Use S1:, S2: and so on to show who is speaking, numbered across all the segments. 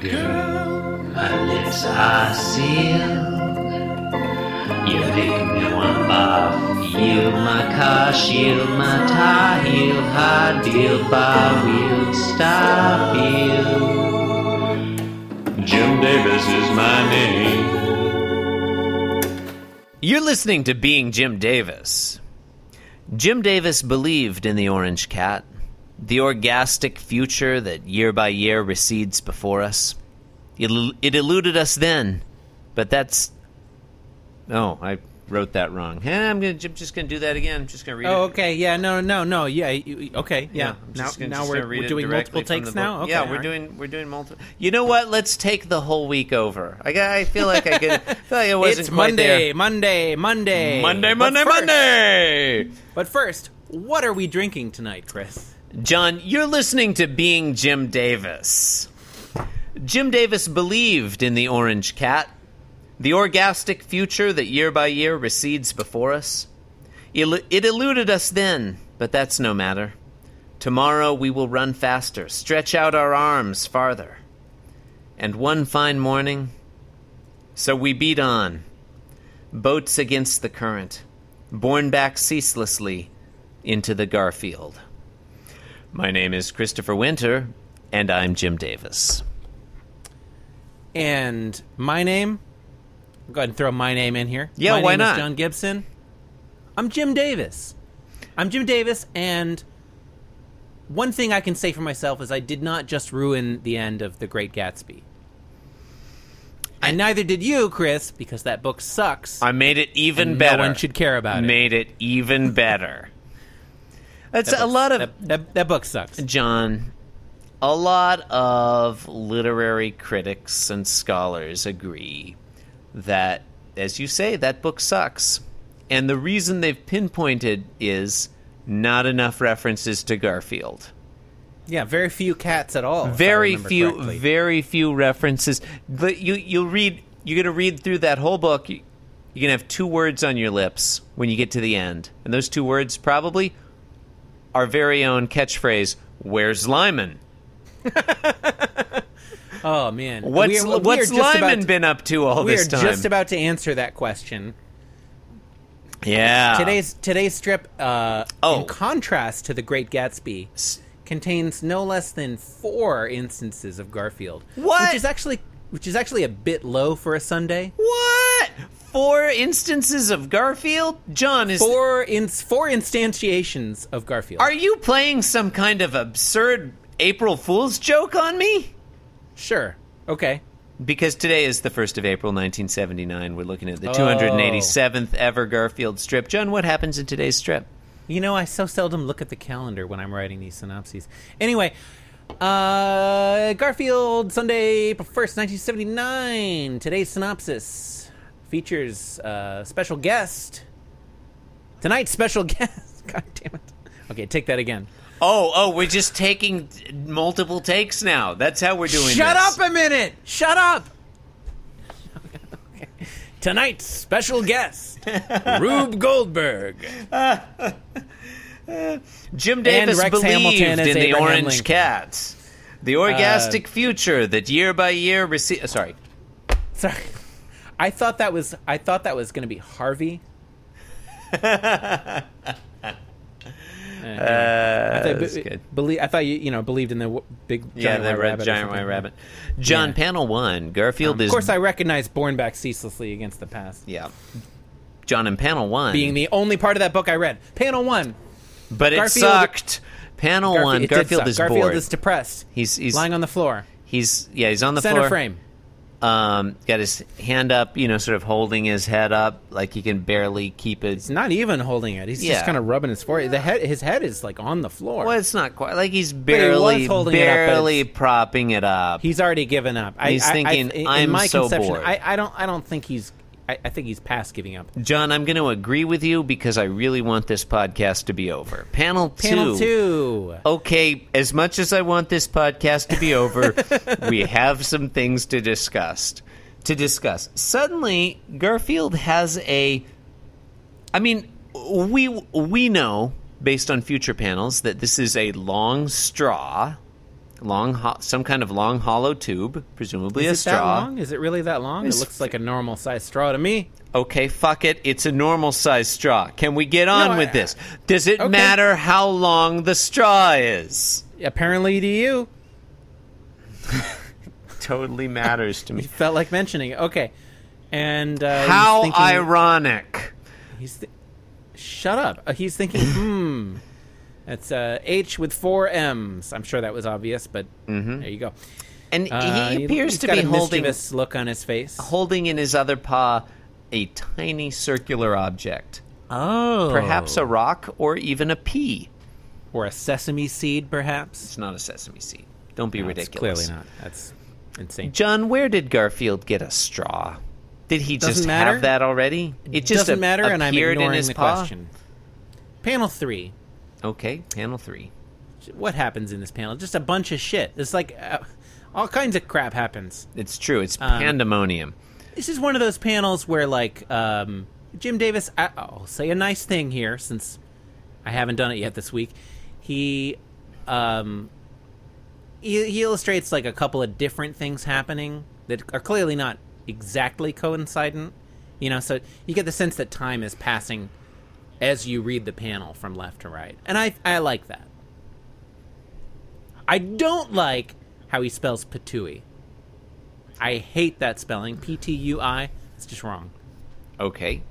S1: Girl, my lips are sealed. You make me want to barf. Yield my car, shield my tie, heel, hard deal, bar wheel, stop heel. Jim Davis is my name.
S2: You're listening to Being Jim Davis. Jim Davis believed in the orange cat, the orgastic future that year by year recedes before us. It, it eluded us then, but that's. Oh, I wrote that wrong. Eh, I'm gonna, I'm just going to do that again. I'm just going to read
S3: Oh,
S2: it.
S3: okay. Yeah. No. No. No. Yeah. you- Okay. Yeah.
S2: I'm
S3: now,
S2: just gonna-
S3: now
S2: just
S3: we're,
S2: gonna read
S3: we're
S2: it
S3: doing
S2: directly
S3: multiple
S2: from
S3: takes
S2: the book.
S3: now. Okay,
S2: yeah,
S3: all
S2: we're
S3: right.
S2: doing we're doing multiple. You know what? Let's take the whole week over. I got, I feel like I could. I feel like I wasn't
S3: It's
S2: quite
S3: Monday,
S2: there.
S3: Monday, Monday,
S2: Monday,
S3: But
S2: Monday,
S3: first-
S2: Monday.
S3: But first, what are we drinking tonight, Chris?
S2: John, you're listening to Being Jim Davis. Jim Davis believed in the orange cat, the orgastic future that year by year recedes before us. Il- It eluded us then, but that's no matter. Tomorrow we will run faster, stretch out our arms farther. And one fine morning, so we beat on, boats against the current, borne back ceaselessly into the Garfield. My name is Christopher Winter, and I'm Jim Davis.
S3: And my name. Go ahead and throw my name in here.
S2: Yeah,
S3: My
S2: why
S3: name is
S2: not?
S3: John Gibson. I'm Jim Davis. I'm Jim Davis, and one thing I can say for myself is I did not just ruin the end of The Great Gatsby. And neither did you, Chris, because that book sucks.
S2: I made it even
S3: and
S2: better.
S3: No one should care about it.
S2: Made it even better. That's a
S3: book-
S2: lot of
S3: that, that, that book sucks.
S2: John. A lot of literary critics and scholars agree that, as you say, that book sucks. And the reason they've pinpointed is not enough references to Garfield.
S3: Yeah, very few cats at all. if I
S2: very
S3: remember
S2: few
S3: correctly.
S2: very few references but you you'll read you're going to read through that whole book you, you're going to have two words on your lips when you get to the end and those two words probably our very own catchphrase where's lyman
S3: oh man,
S2: what's
S3: We are- we are
S2: what's
S3: just about
S2: lyman
S3: to-
S2: been up to all
S3: We are
S2: this time
S3: just about to answer that question.
S2: yeah
S3: Today's today's strip, uh,
S2: Oh.
S3: in contrast to the Great Gatsby, contains no less than four instances of Garfield.
S2: What?
S3: Which is actually which is actually a bit low for a Sunday.
S2: what four instances of garfield john is
S3: Four in four instantiations of Garfield.
S2: are you playing some kind of absurd april fool's joke on me
S3: sure? Okay.
S2: Because today is the 1st of April, 1979. We're looking at the 287th ever Garfield strip. John, what happens in today's strip?
S3: You know, I so seldom look at the calendar when I'm writing these synopses. Anyway, uh, Garfield, Sunday, April 1st, 1979. Today's synopsis features uh, special guest. Tonight's special guest. God damn it. Okay, take that again.
S2: Oh, oh, we're just taking multiple takes now. That's how we're doing
S3: Shut
S2: this.
S3: up a minute! Shut up! Okay. Tonight's special guest, Rube Goldberg.
S2: Jim Davis
S3: Rex
S2: believed
S3: Hamilton as
S2: in the
S3: Abraham
S2: Orange
S3: Lincoln.
S2: Cats. The orgastic future that year by year receives. Sorry.
S3: Sorry. I thought that was I thought that was going to be Harvey. Uh, I, thought,
S2: that's good.
S3: Believe, I thought you you know believed in the w- big giant
S2: Yeah, the
S3: white
S2: red
S3: rabbit or
S2: giant white
S3: something.
S2: rabbit. John, panel one. Garfield is.
S3: Of course, I recognize "Born Back Ceaselessly Against the Past"
S2: Yeah. John, in panel one.
S3: being the only part of that book I read. Panel one,
S2: but it
S3: Garfield-
S2: sucked. Panel
S3: Garf-
S2: one.
S3: it did
S2: Garfield
S3: suck.
S2: is
S3: Garfield
S2: bored.
S3: is depressed.
S2: He's- he's-
S3: lying on the floor,
S2: He's yeah, he's on the
S3: center
S2: floor.
S3: frame.
S2: Um, got his hand up, you know, sort of holding his head up, like he can barely keep it.
S3: He's not even holding it. He's
S2: Yeah.
S3: just kind of rubbing his forehead. The head, his head is like on the floor.
S2: Well, it's not quite like he's
S3: he was
S2: barely,
S3: holding it up, but
S2: barely
S3: it's-
S2: propping it up.
S3: He's already given up. I,
S2: He's
S3: I- I-
S2: thinking,
S3: in
S2: "I'm
S3: my
S2: so
S3: conception,
S2: bored."
S3: I, I don't. I don't think he's. I, I think he's past giving up.
S2: John, I'm going to agree with you because I really want this podcast to be over. Panel two.
S3: Panel two.
S2: Okay, as much as I want this podcast to be over, we have some things to discuss. To discuss. Suddenly, Garfield has a I mean, we we know based on future panels that this is a long straw, long, ho- some kind of long hollow tube, presumably a
S3: Is it that
S2: straw.
S3: long? Is it really that long? It
S2: It's-
S3: looks like a normal sized straw to me.
S2: Okay, fuck it. It's a normal size straw. Can we get on
S3: No, I-
S2: with this? Does it
S3: Okay.
S2: matter how long the straw is?
S3: Apparently to you.
S2: Totally matters to me.
S3: Felt like mentioning it. Okay. And uh, he's
S2: How
S3: thinking-
S2: ironic.
S3: He's th- shut up. Uh, he's thinking, hmm. That's uh, H with four M's. I'm sure that was obvious, but there you go.
S2: And
S3: Uh,
S2: Mm-hmm. he appears
S3: he's
S2: to
S3: got
S2: be
S3: a
S2: holding
S3: mischievous look on his face.
S2: holding in his other paw a tiny circular object,
S3: Oh,
S2: perhaps a rock or even a pea.
S3: or a sesame seed, perhaps.
S2: It's not a sesame seed. Don't be
S3: That's
S2: ridiculous.
S3: clearly not. That's insane.
S2: John, where did Garfield get a straw? Did he just
S3: Doesn't matter.
S2: have that already? It just
S3: doesn't
S2: a-
S3: matter, and I'm
S2: appeared
S3: ignoring
S2: in his
S3: the
S2: paw?
S3: question. Panel three.
S2: Okay, panel three.
S3: What happens in this panel? Just a bunch of shit. It's like uh, all kinds of crap happens.
S2: It's true. It's
S3: Um,
S2: pandemonium.
S3: This is one of those panels where, like, um, Jim Davis. I, I'll say a nice thing here since I haven't done it yet this week. He, um, he, he illustrates like a couple of different things happening that are clearly not exactly coincident. You know, so you get the sense that time is passing as you read the panel from left to right, and I I like that. I don't like how he spells Patui. I hate that spelling. P T U I. It's just wrong.
S2: Okay.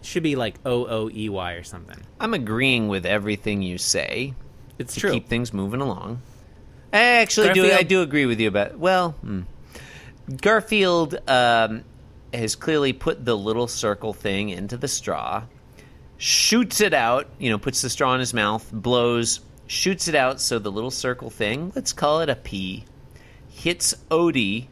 S3: It should be like O O E Y or something.
S2: I'm agreeing with everything you say
S3: It's
S2: to
S3: true.
S2: keep things moving along. I actually do.
S3: Garfield-
S2: I do agree with you about. Well, hmm. Garfield um, has clearly put the little circle thing into the straw, shoots it out. You know, puts the straw in his mouth, blows, shoots it out. So the little circle thing, let's call it a pea, hits Odie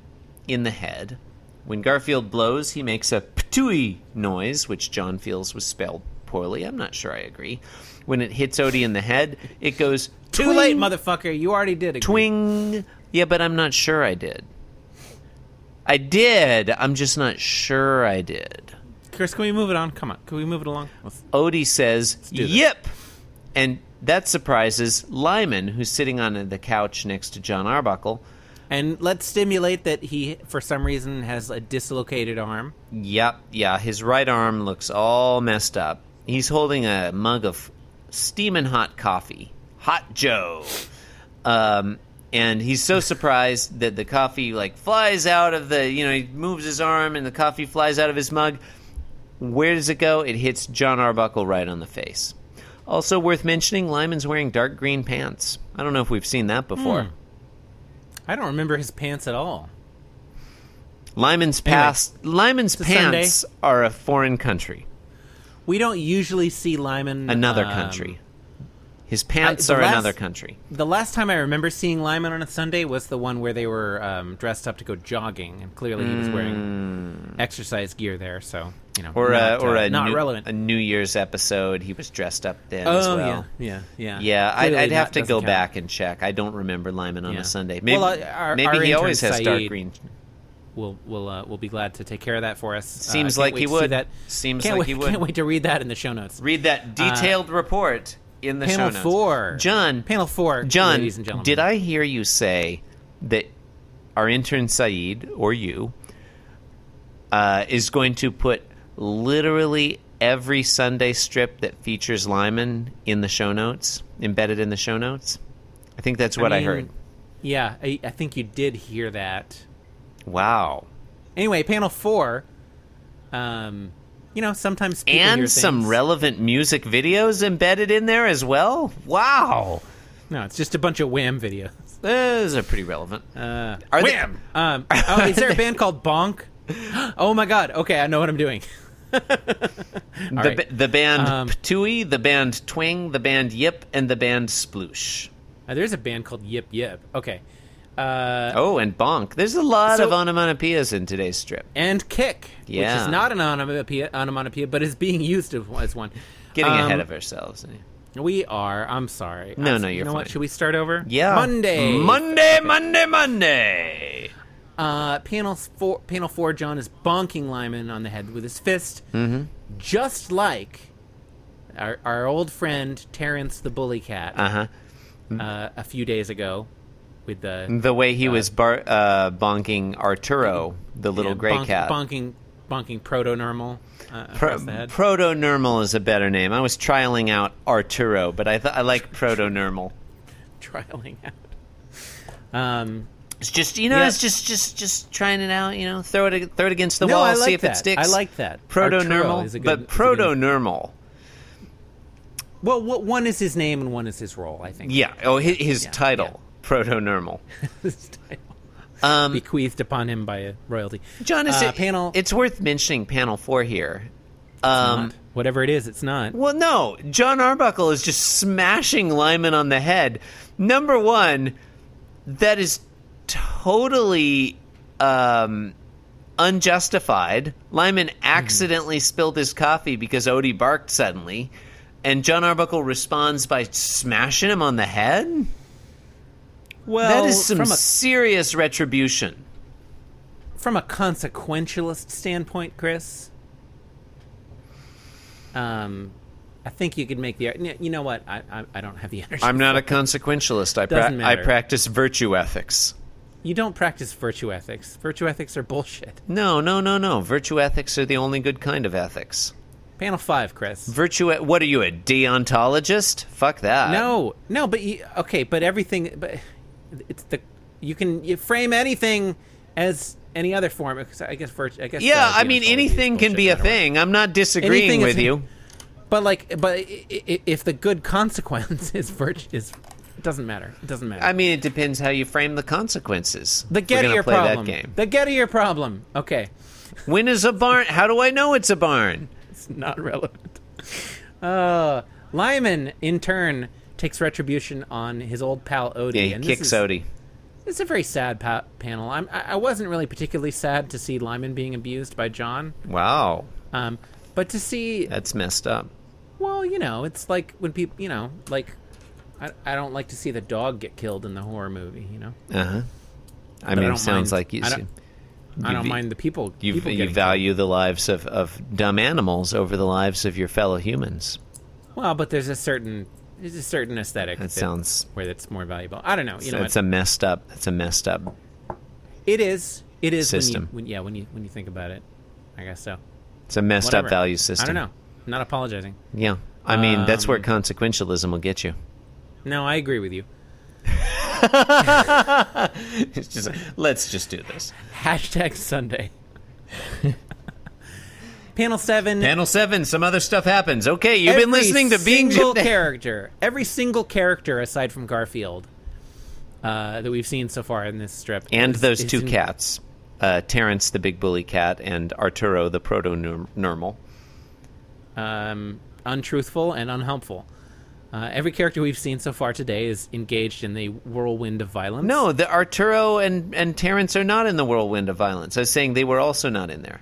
S2: in the head. When Garfield blows, he makes a ptui noise, which John feels was spelled poorly. I'm not sure I agree. When it hits Odie in the head, it goes
S3: Too late,
S2: "Twing."
S3: motherfucker. You already did it.
S2: Twing. Yeah, but I'm not sure I did. I did. I'm just not sure I did.
S3: Chris, can we move it on? Come on. Can we move it along? Let's-
S2: Odie says,
S3: do this.
S2: "Yip," and that surprises Lyman, who's sitting on the couch next to John Arbuckle.
S3: And let's stimulate that he, for some reason, has a dislocated arm.
S2: Yep, yeah, his right arm looks all messed up. He's holding a mug of steaming hot coffee, Hot Joe. Um, and he's so surprised that the coffee like flies out of the, you know, he moves his arm and the coffee flies out of his mug. Where does it go? It hits John Arbuckle right on the face. Also worth mentioning, Lyman's wearing dark green pants. I don't know if we've seen that
S3: Hmm.
S2: before.
S3: I don't remember his pants at all.
S2: Lyman's past Lyman's
S3: a Sunday.
S2: pants are a foreign country.
S3: We don't usually see Lyman.
S2: another
S3: um,
S2: country. His pants
S3: the
S2: are
S3: last-
S2: another country.
S3: The last time I remember seeing Lyman on a Sunday was the one where they were um, dressed up to go jogging, and clearly he was wearing exercise gear there. So you know,
S2: Hmm. Or
S3: not,
S2: a, or
S3: uh,
S2: a
S3: not
S2: new,
S3: relevant.
S2: a New Year's episode. He was dressed up then as
S3: oh
S2: well.
S3: yeah, yeah, yeah.
S2: Yeah, I'd,
S3: Clearly
S2: I'd have
S3: not-
S2: to
S3: doesn't
S2: go
S3: count.
S2: back and check. I don't remember Lyman on
S3: Yeah.
S2: a Sunday. Maybe,
S3: Well, uh, our-
S2: maybe
S3: our
S2: he
S3: intern,
S2: always has dark
S3: Saeed,
S2: green.
S3: We'll we'll uh, we'll be glad to take care of that for us.
S2: Seems
S3: uh, I
S2: like
S3: can't wait
S2: he
S3: to see
S2: would.
S3: That.
S2: Seems
S3: can't
S2: like
S3: wait,
S2: he would.
S3: Can't wait to read that in the show notes.
S2: Read that detailed report in the
S3: Uh, panel
S2: show notes.
S3: four,
S2: John.
S3: Panel four,
S2: John,
S3: ladies and gentlemen.
S2: did I hear you say that our intern Saeed or you uh, is going to put literally every Sunday strip that features Lyman in the show notes, embedded in the show notes? I think that's what I,
S3: mean,
S2: heard.
S3: Yeah, I, I think you did hear that.
S2: Wow.
S3: Anyway, panel four. Um, you know, sometimes people hear
S2: And some
S3: things-
S2: relevant music videos embedded in there as well? Wow.
S3: No, it's just a bunch of Wham videos.
S2: Those are pretty relevant.
S3: Uh,
S2: Are they-
S3: Wham. um, oh, is there a band called Bonk? Oh my God! Okay, I know what I'm doing.
S2: the,
S3: right.
S2: ba- the band
S3: Um,
S2: Ptui, the band Twing, the band Yip, and the band Sploosh.
S3: Uh, there's a band called Yip Yip. Okay. Uh,
S2: Oh, and Bonk. There's a lot
S3: So-
S2: of onomatopoeias in today's strip.
S3: and Kick, which
S2: Yeah.
S3: is not an onomatopoeia, onomatopoeia, but is being used as as one.
S2: Getting
S3: Um,
S2: ahead of ourselves. eh?
S3: We are. I'm sorry.
S2: No,
S3: I'm-
S2: no, you're
S3: You know what?
S2: fine.
S3: Should we start over?
S2: Yeah.
S3: Monday.
S2: Monday, Monday, Monday.
S3: Uh, panel four. Panel four. John is bonking Lyman on the head with his fist, mm-hmm. just like our
S2: Uh-huh.
S3: our old friend Terrence the Bully Cat
S2: Uh huh.
S3: uh, a few days ago. with the
S2: The way he was bar- uh, bonking Arturo, the little
S3: yeah,
S2: gray
S3: bonk-
S2: cat.
S3: bonking bonking proto normal uh,
S2: Pro-
S3: across the head.
S2: proto-normal is a better name. I was trialing out Arturo, but I th- I like proto-normal.
S3: trialing out. Um,
S2: It's just you know,
S3: Yeah.
S2: it's just just just trying it out. You know, throw it throw it against the
S3: no,
S2: wall,
S3: I like
S2: see if
S3: that.
S2: it sticks.
S3: I like that. Arturo
S2: proto-normal,
S3: is a good- is
S2: but
S3: a good-
S2: proto-normal.
S3: well, what one is his name and one is his role. I think.
S2: Yeah. Oh, his, his
S3: Yeah,
S2: title, proto-normal.
S3: This title.
S2: Um,
S3: bequeathed upon him by a royalty.
S2: John, is
S3: Uh,
S2: it,
S3: panel?
S2: It's worth mentioning panel four here. Um,
S3: not. whatever it is, it's not.
S2: Well, no. John Arbuckle is just smashing Lyman on the head. Number one, that is totally um, unjustified. Lyman accidentally spilled his coffee because Odie barked suddenly, and John Arbuckle responds by smashing him on the head.
S3: Well,
S2: that is some
S3: from a
S2: serious retribution.
S3: from a consequentialist standpoint, Chris. Um, I think you could make the. n- You know what? I I, I don't have the energy.
S2: I'm not a consequentialist. I,
S3: Doesn't
S2: pra- I
S3: matter.
S2: practice virtue ethics.
S3: you don't practice virtue ethics. Virtue ethics are bullshit.
S2: No, no, no, no. Virtue ethics are the only good kind of ethics.
S3: Panel five, Chris.
S2: Virtue. e-, What are you, a deontologist? Fuck that.
S3: No, no, but you, okay, but everything, but it's the you can you frame anything as any other form. Because I guess virtue. I guess
S2: Yeah,
S3: uh,
S2: I mean
S3: deontology is
S2: anything can
S3: bullshit,
S2: be a
S3: whatever.
S2: thing. I'm not disagreeing
S3: Anything is-
S2: with you.
S3: But like, but i- i- if the good consequence is virtue, is it doesn't matter. It doesn't matter.
S2: I mean, it depends how you frame the consequences.
S3: the
S2: We're gonna
S3: Gettier
S2: play
S3: problem.
S2: That game.
S3: The Gettier problem. Okay,
S2: When is a barn? How do I know it's a barn?
S3: it's not relevant. Uh, Lyman in turn takes retribution on his old pal Odie.
S2: Yeah, he
S3: and this
S2: kicks
S3: is-
S2: Odie.
S3: It's a very sad pa- panel. I'm, I I wasn't really particularly sad to see Lyman being abused by John,
S2: Wow,
S3: um, but to see,
S2: that's messed up.
S3: well, you know, it's like when people, you know, like I, I don't like to see the dog get killed in the horror movie. You know,
S2: Uh huh. I
S3: I
S2: mean,
S3: don't
S2: it sounds
S3: mind-
S2: like you.
S3: I don't- I
S2: You
S3: don't
S2: v-
S3: mind the people.
S2: You,
S3: people
S2: you
S3: getting
S2: value the lives of, of dumb animals over the lives of your fellow humans.
S3: killed. Well, but there's a certain there's a certain aesthetic
S2: That sounds.
S3: where that's more valuable. I don't know. You know,
S2: That's
S3: what?
S2: a messed up. That's a messed up
S3: it is it is
S2: system.
S3: When you, when, yeah, when you when you think about it, I guess so.
S2: It's a messed
S3: Whatever.
S2: up value system.
S3: I don't know. I'm not apologizing.
S2: Yeah. I mean, that's where
S3: Um,
S2: consequentialism will get you.
S3: No, I agree with you.
S2: It's just let's just do this.
S3: Hashtag Sunday. Panel seven.
S2: Panel 7, some other stuff happens. Okay, you've been
S3: every
S2: listening to Being
S3: single
S2: Jim-
S3: character. Every single character aside from Garfield uh, that we've seen so far in this strip,
S2: and
S3: is-
S2: those
S3: is
S2: two
S3: in-
S2: cats. Uh, Terrence the big bully cat and Arturo the proto-normal.
S3: um, untruthful and unhelpful. Uh, every character we've seen so far today is engaged in the whirlwind of violence.
S2: No, the Arturo and and Terrence are not in the whirlwind of violence. I was saying they were also not in there.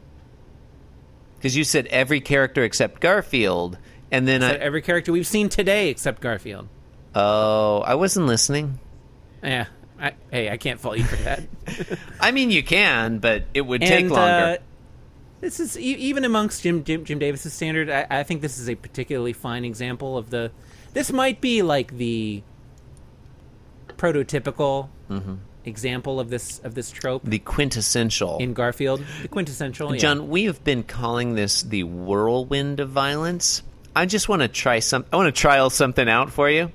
S2: Cuz you said every character except Garfield and then
S3: So
S2: I
S3: every character we've seen today except Garfield.
S2: Oh, I wasn't listening.
S3: Yeah. I, hey, I can't fault you for that.
S2: I mean, you can, but it would take
S3: And,
S2: longer.
S3: uh, this is e- even amongst Jim Jim, Jim Davis's standard. I, I think this is a particularly fine example of the. This might be like the prototypical example of this of this trope
S2: Mm-hmm. the quintessential.
S3: in Garfield, the quintessential. yeah.
S2: John, we have been calling this the whirlwind of violence. I just want to try some. I want to trial something out for you.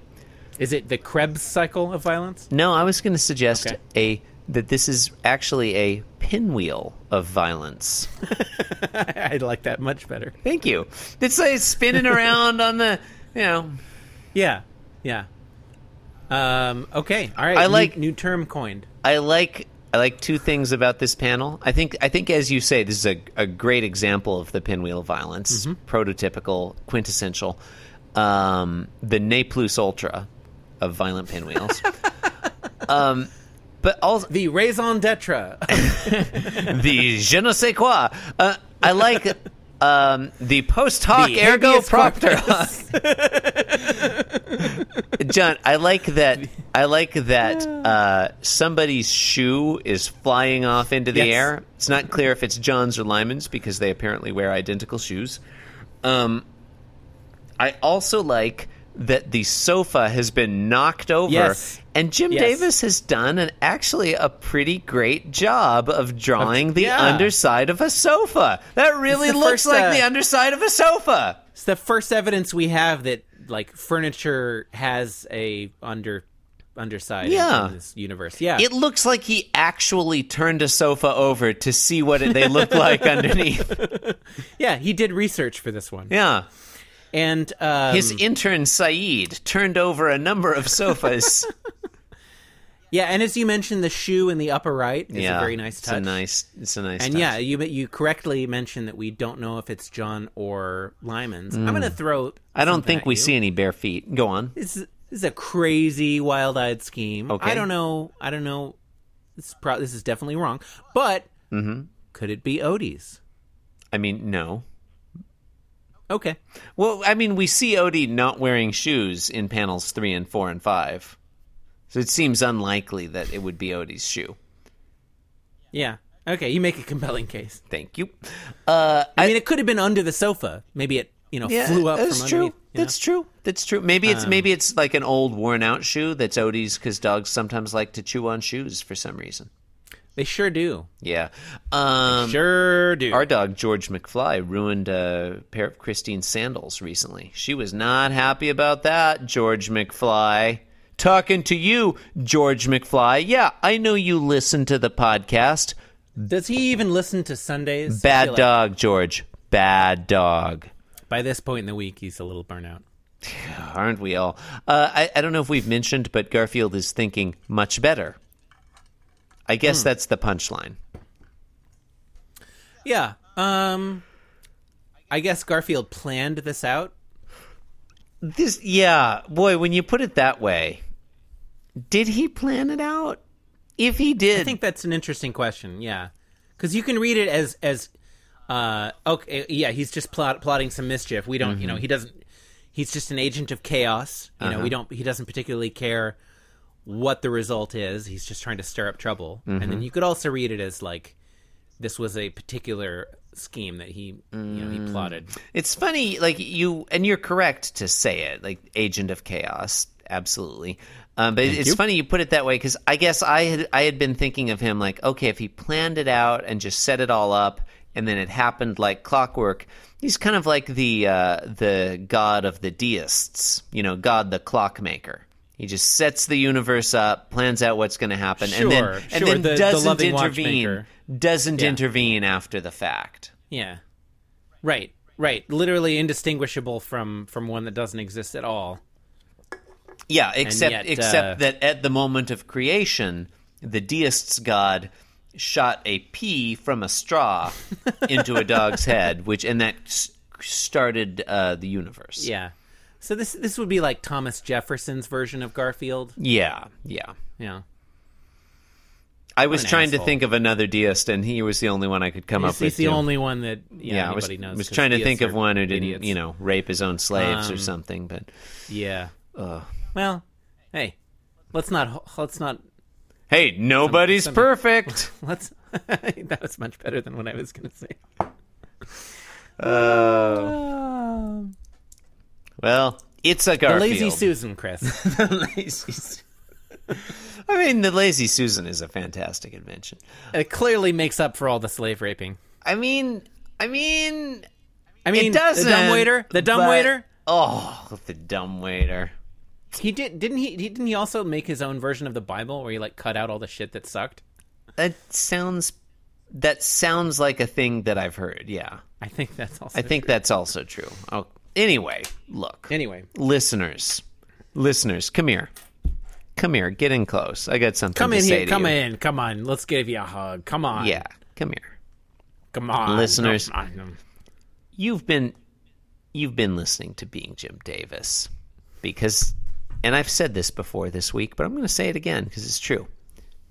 S3: is it the Krebs cycle of violence?
S2: No, I was going to suggest
S3: Okay.
S2: a that this is actually a pinwheel of violence.
S3: I like that much better.
S2: Thank you. It's like spinning around on the. You know,
S3: Yeah, yeah. Um, okay, all right.
S2: I
S3: new-
S2: like-
S3: new term coined.
S2: I like I like two things about this panel. I think I think as you say, this is a, a great example of the pinwheel violence, prototypical, quintessential, um, the ne plus ultra of violent pinwheels. um, but also
S3: The raison d'etre.
S2: the je ne sais quoi. Uh, I like um, the post hoc
S3: The
S2: ergo
S3: habeas
S2: propter.
S3: corpus.
S2: John, I like that. I like that uh, somebody's shoe is flying off into the
S3: Yes.
S2: air. It's not clear if it's John's or Lyman's because they apparently wear identical shoes. Um, I also like that the sofa has been knocked over.
S3: Yes.
S2: And Jim
S3: Yes.
S2: Davis has done an actually a pretty great job of drawing the
S3: yeah.
S2: underside of a sofa. That really
S3: the
S2: looks
S3: first,
S2: like
S3: uh,
S2: the underside of a sofa.
S3: It's the first evidence we have that like furniture has a under underside in-
S2: Yeah.
S3: in this universe. Yeah.
S2: It looks like he actually turned a sofa over to see what it- they look like underneath.
S3: yeah, he did research for this one.
S2: Yeah.
S3: And um,
S2: His intern Saeed turned over a number of sofas.
S3: yeah, and as you mentioned the shoe in the upper right is
S2: yeah.
S3: a very nice touch.
S2: It's a nice it's a nice
S3: and
S2: touch.
S3: yeah, you you correctly mentioned that we don't know if it's John or Lyman's. I'm going to throw
S2: Mm. I don't
S3: something
S2: think
S3: at
S2: we
S3: you.
S2: see any bare feet. Go on.
S3: This is, this is a crazy wild-eyed scheme.
S2: Okay.
S3: I don't know. I don't know. This is, pro- this is definitely wrong. But
S2: Mm-hmm.
S3: could it be Odie's?
S2: I mean, no.
S3: Okay.
S2: Well, I mean, we see Odie not wearing shoes in panels three and four and five, so it seems unlikely that it would be Odie's shoe.
S3: Yeah. Okay. You make a compelling case.
S2: Thank you. Uh,
S3: I, mean, it could have been under the sofa. Maybe it, you know, flew up
S2: that's
S3: from
S2: true.
S3: underneath. Um, you know?
S2: That's true. That's true. Maybe it's maybe it's like an old worn out shoe that's Odie's because dogs sometimes like to chew on shoes for some reason.
S3: They sure do.
S2: Yeah. Um,
S3: Sure do.
S2: Our dog George McFly ruined a pair of Christine's sandals recently. She was not happy about that, George McFly. Talking to you, George McFly. Yeah, I know you listen to the podcast.
S3: Does he even listen to Sundays? I
S2: Bad
S3: feel like
S2: dog, George. Bad dog.
S3: by this point in the week, he's a little burnout.
S2: Aren't we all? Uh, I, I don't know if we've mentioned, but Garfield is thinking much better. I guess that's the punchline.
S3: Yeah. Um, I guess Garfield planned this out.
S2: This, yeah, boy, when you put it that way, did he plan it out? If he did,
S3: I think that's an interesting question. Yeah, because you can read it as as uh okay yeah he's just plot, plotting some mischief. We don't you know he doesn't he's just an agent of chaos. You know we don't he doesn't particularly care what the result is. He's just trying to stir up trouble. And then you could also read it as like this was a particular scheme that he you know he plotted.
S2: It's funny, like you, and you're correct to say it, like agent of chaos, absolutely. Um, but it's
S3: you.
S2: funny you put it that way because I guess I had I had been thinking of him like, okay, if he planned it out and just set it all up, and then it happened like clockwork. He's kind of like the uh, the god of the deists, you know, God the clockmaker. He just sets the universe up, plans out what's going to happen, and then
S3: Sure,
S2: and
S3: sure,
S2: then
S3: the- the
S2: doesn't
S3: loving
S2: intervene,
S3: watchmaker.
S2: doesn't intervene after the fact.
S3: Yeah, right, right. Literally indistinguishable from from one that doesn't exist at all.
S2: Yeah, except
S3: yet,
S2: except
S3: uh,
S2: that at the moment of creation, the deist's god shot a pea from a straw into a dog's head, which and that s- started uh, the universe.
S3: Yeah. So this this would be like Thomas Jefferson's version of Garfield.
S2: yeah, yeah.
S3: Yeah.
S2: I was
S3: an
S2: trying to
S3: asshole.
S2: think of another deist, and he was the only one I could come up
S3: He's,
S2: with.
S3: he's the
S2: too.
S3: only one that yeah,
S2: yeah, I was,
S3: anybody knows.
S2: was
S3: 'cause
S2: trying to
S3: deists
S2: think of
S3: are
S2: one who didn't,
S3: idiots. Um,
S2: you know, rape his own slaves or something. But
S3: Yeah. Well, hey, let's not ho- let's not
S2: hey, nobody's
S3: somebody-
S2: perfect.
S3: let's. that was much better than what I was going to say.
S2: Uh,
S3: Um,
S2: well, it's a Garfield.
S3: Lazy Susan, Chris.
S2: Lazy Susan. I mean, the Lazy Susan is a fantastic invention.
S3: it clearly makes up for all the slave raping.
S2: I mean, I mean,
S3: I mean,
S2: it doesn't.
S3: the dumb waiter. The dumb
S2: but-
S3: waiter.
S2: Oh, the dumb waiter.
S3: He did didn't he, he didn't he also make his own version of the Bible where he like cut out all the shit that sucked.
S2: That sounds. That sounds like a thing that I've heard. Yeah,
S3: I think that's also.
S2: I think that's also true. Oh, anyway, look,
S3: Anyway,
S2: listeners, listeners, come here, come here, get in close. I got something.
S3: Come
S2: to
S3: in
S2: say
S3: here.
S2: to
S3: Come
S2: you.
S3: in. Come on. Let's give you a hug. Come on.
S2: Yeah, come here.
S3: Come on.
S2: Listeners.
S3: Come on.
S2: you've been you've been listening to being Jim Davis because and I've said this before this week, but I'm going to say it again because it's true.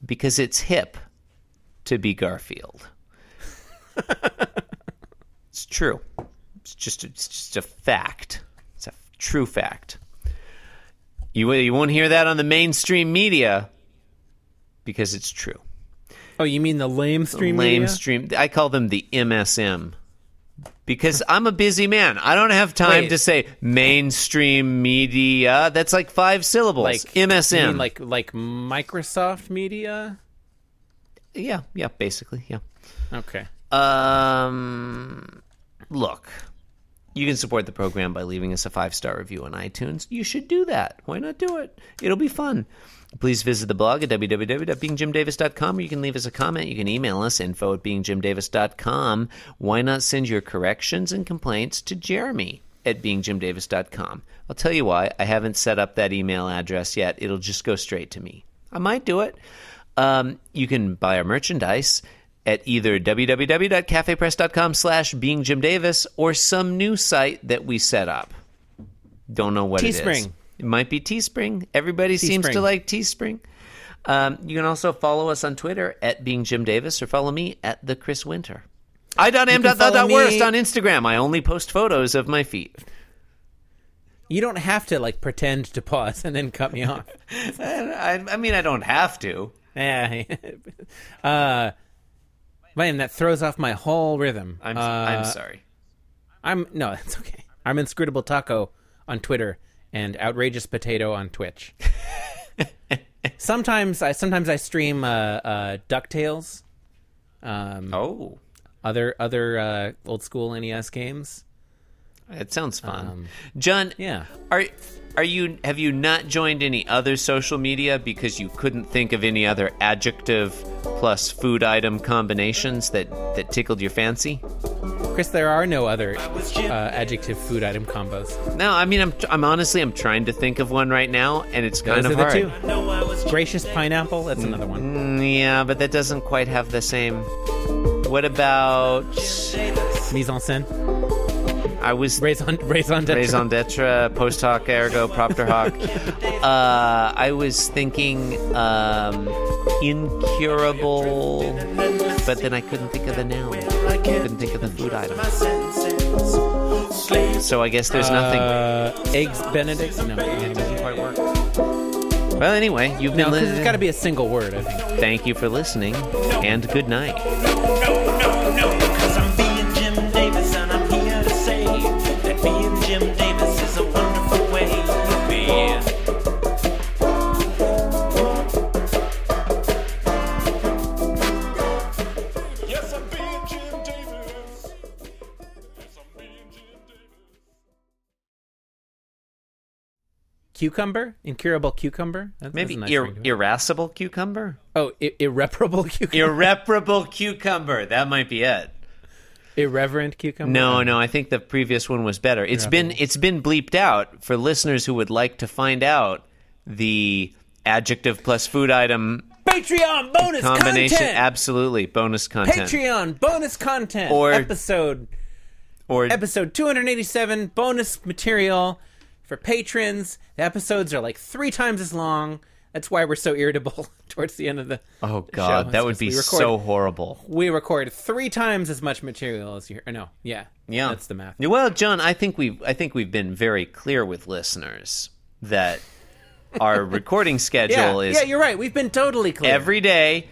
S2: Because it's hip to be Garfield. it's true. It's just it's just a fact. It's a true fact. You you won't hear that on the mainstream media because it's true.
S3: Oh, you mean the lame stream?
S2: Lame
S3: media?
S2: stream. I call them the MSM because I'm a busy man. I don't have time
S3: Wait.
S2: to say mainstream media. That's like five syllables.
S3: Like
S2: MSM.
S3: you mean like like Microsoft Media.
S2: yeah, yeah, basically, yeah.
S3: Okay.
S2: Um, look, you can support the program by leaving us a five star review on iTunes. You should do that. Why not do it? It'll be fun. Please visit the blog at www.beingjimdavis.com or you can leave us a comment. You can email us info at beingjimdavis.com. Why not send your corrections and complaints to Jeremy at beingjimdavis.com? I'll tell you why. I haven't set up that email address yet. It'll just go straight to me. I might do it. Um, you can buy our merchandise at either www.cafepress.com slash being Jim Davis or some new site that we set up. Don't know what it is.
S3: Teespring.
S2: It might be Teespring. Everybody seems to
S3: Teespring.
S2: like Teespring. Um, you can also follow us on Twitter at being Jim Davis or follow me at the Chris Winter. I dot am dot dot
S3: follow
S2: dot worst
S3: me-
S2: on Instagram. I only post photos of my feet.
S3: You don't have to like pretend to pause and then cut me off.
S2: I, I mean, I don't have to.
S3: Yeah. uh, man, that throws off my whole rhythm.
S2: I'm,
S3: uh,
S2: I'm sorry.
S3: I'm no, that's okay. I'm inscrutable taco on Twitter and outrageous potato on Twitch. sometimes I sometimes I stream uh, uh, Ducktales, um,
S2: Oh.
S3: other other uh, old school NES games.
S2: It sounds fun.
S3: Um,
S2: John,
S3: yeah.
S2: Are are you have you not joined any other social media because you couldn't think of any other adjective plus food item combinations that that tickled your fancy?
S3: Chris, there are no other uh, adjective food item combos.
S2: No, I mean I'm I'm honestly I'm trying to think of one right now and it's kind
S3: Those
S2: of
S3: are the
S2: hard.
S3: two. Gracious pineapple. That's another one.
S2: Mm, yeah, but that doesn't quite have the same what about Mm.
S3: Mise en scène.
S2: I was
S3: Raison, raison d'être.
S2: raison d'etre, post hoc, ergo, propter hoc. Uh, I was thinking um, incurable, but then I couldn't think of the noun. Couldn't think of the food item. So I guess there's nothing.
S3: Uh, eggs Benedict. No, it doesn't quite work.
S2: Well, anyway, you've
S3: No,
S2: been
S3: because it's got to
S2: listening.
S3: be a single word. I think.
S2: Thank you for listening, and good night.
S4: No, no, no, because I'm being Jim Davis and I'm here to say that being Jim Davis is a wonderful way to be. Yes, I'm being Jim Davis. Yes, I'm being Jim Davis.
S3: Cucumber, incurable cucumber. That's,
S2: Maybe
S3: that's a nice
S2: ir-
S3: ring to it.
S2: irascible cucumber,
S3: oh, I- irreparable cucumber,
S2: irreparable cucumber. That might be it.
S3: irreverent cucumber.
S2: No, no, I think the previous one was better. It's been it's been bleeped out for listeners who would like to find out the adjective plus food item
S3: Patreon bonus
S2: combination.
S3: content.
S2: Absolutely, bonus content
S3: Patreon bonus content.
S2: Or-
S3: episode
S2: or
S3: episode two hundred eighty seven bonus material for patrons. The episodes are like three times as long. That's why we're so irritable towards the end of the.
S2: oh
S3: show.
S2: god, that would
S3: It's
S2: be
S3: 'cause we record-
S2: so horrible.
S3: We record three times as much material as you. Or no, yeah,
S2: Yeah,
S3: that's the math.
S2: Well, John, I think we have I think we've been very clear with listeners that our recording
S3: Yeah,
S2: schedule is
S3: yeah, you're right. We've been totally clear.
S2: every day.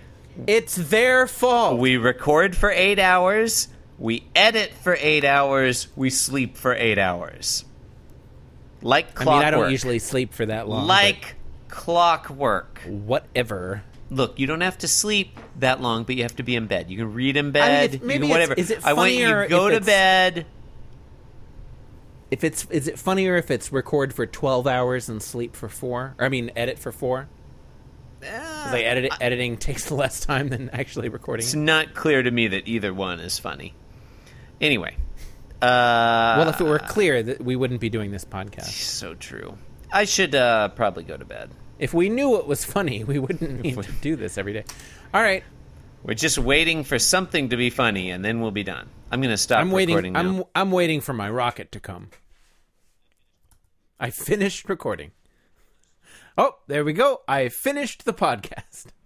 S3: it's their fault.
S2: We record for eight hours. We edit for eight hours. We sleep for eight hours. Like
S3: I
S2: clockwork.
S3: mean, I don't usually sleep for that long. but
S2: like clockwork.
S3: whatever.
S2: Look, you don't have to sleep that long, but you have to be in bed. You can read in
S3: I mean,
S2: bed.
S3: it's-
S2: you can
S3: maybe it's-
S2: whatever.
S3: is it
S2: I want you
S3: funnier
S2: to go
S3: if
S2: to
S3: it's-
S2: bed.
S3: If it's is it funnier if it's record for twelve hours and sleep for four? Or, I mean, edit for four.
S2: Uh,
S3: 'Cause, Like edit, editing takes less time than actually recording.
S2: It's not clear to me that either one is funny. Anyway, uh,
S3: well, if it were clear that we wouldn't be doing this podcast.
S2: so true. I should uh, probably go to bed.
S3: If we knew it was funny, we wouldn't need to do this every day. All right,
S2: We're just waiting for something to be funny, and then we'll be done. I'm going to stop
S3: I'm
S2: recording
S3: waiting.
S2: now.
S3: I'm I'm waiting for my rocket to come. I finished recording. Oh, there we go. I finished the podcast.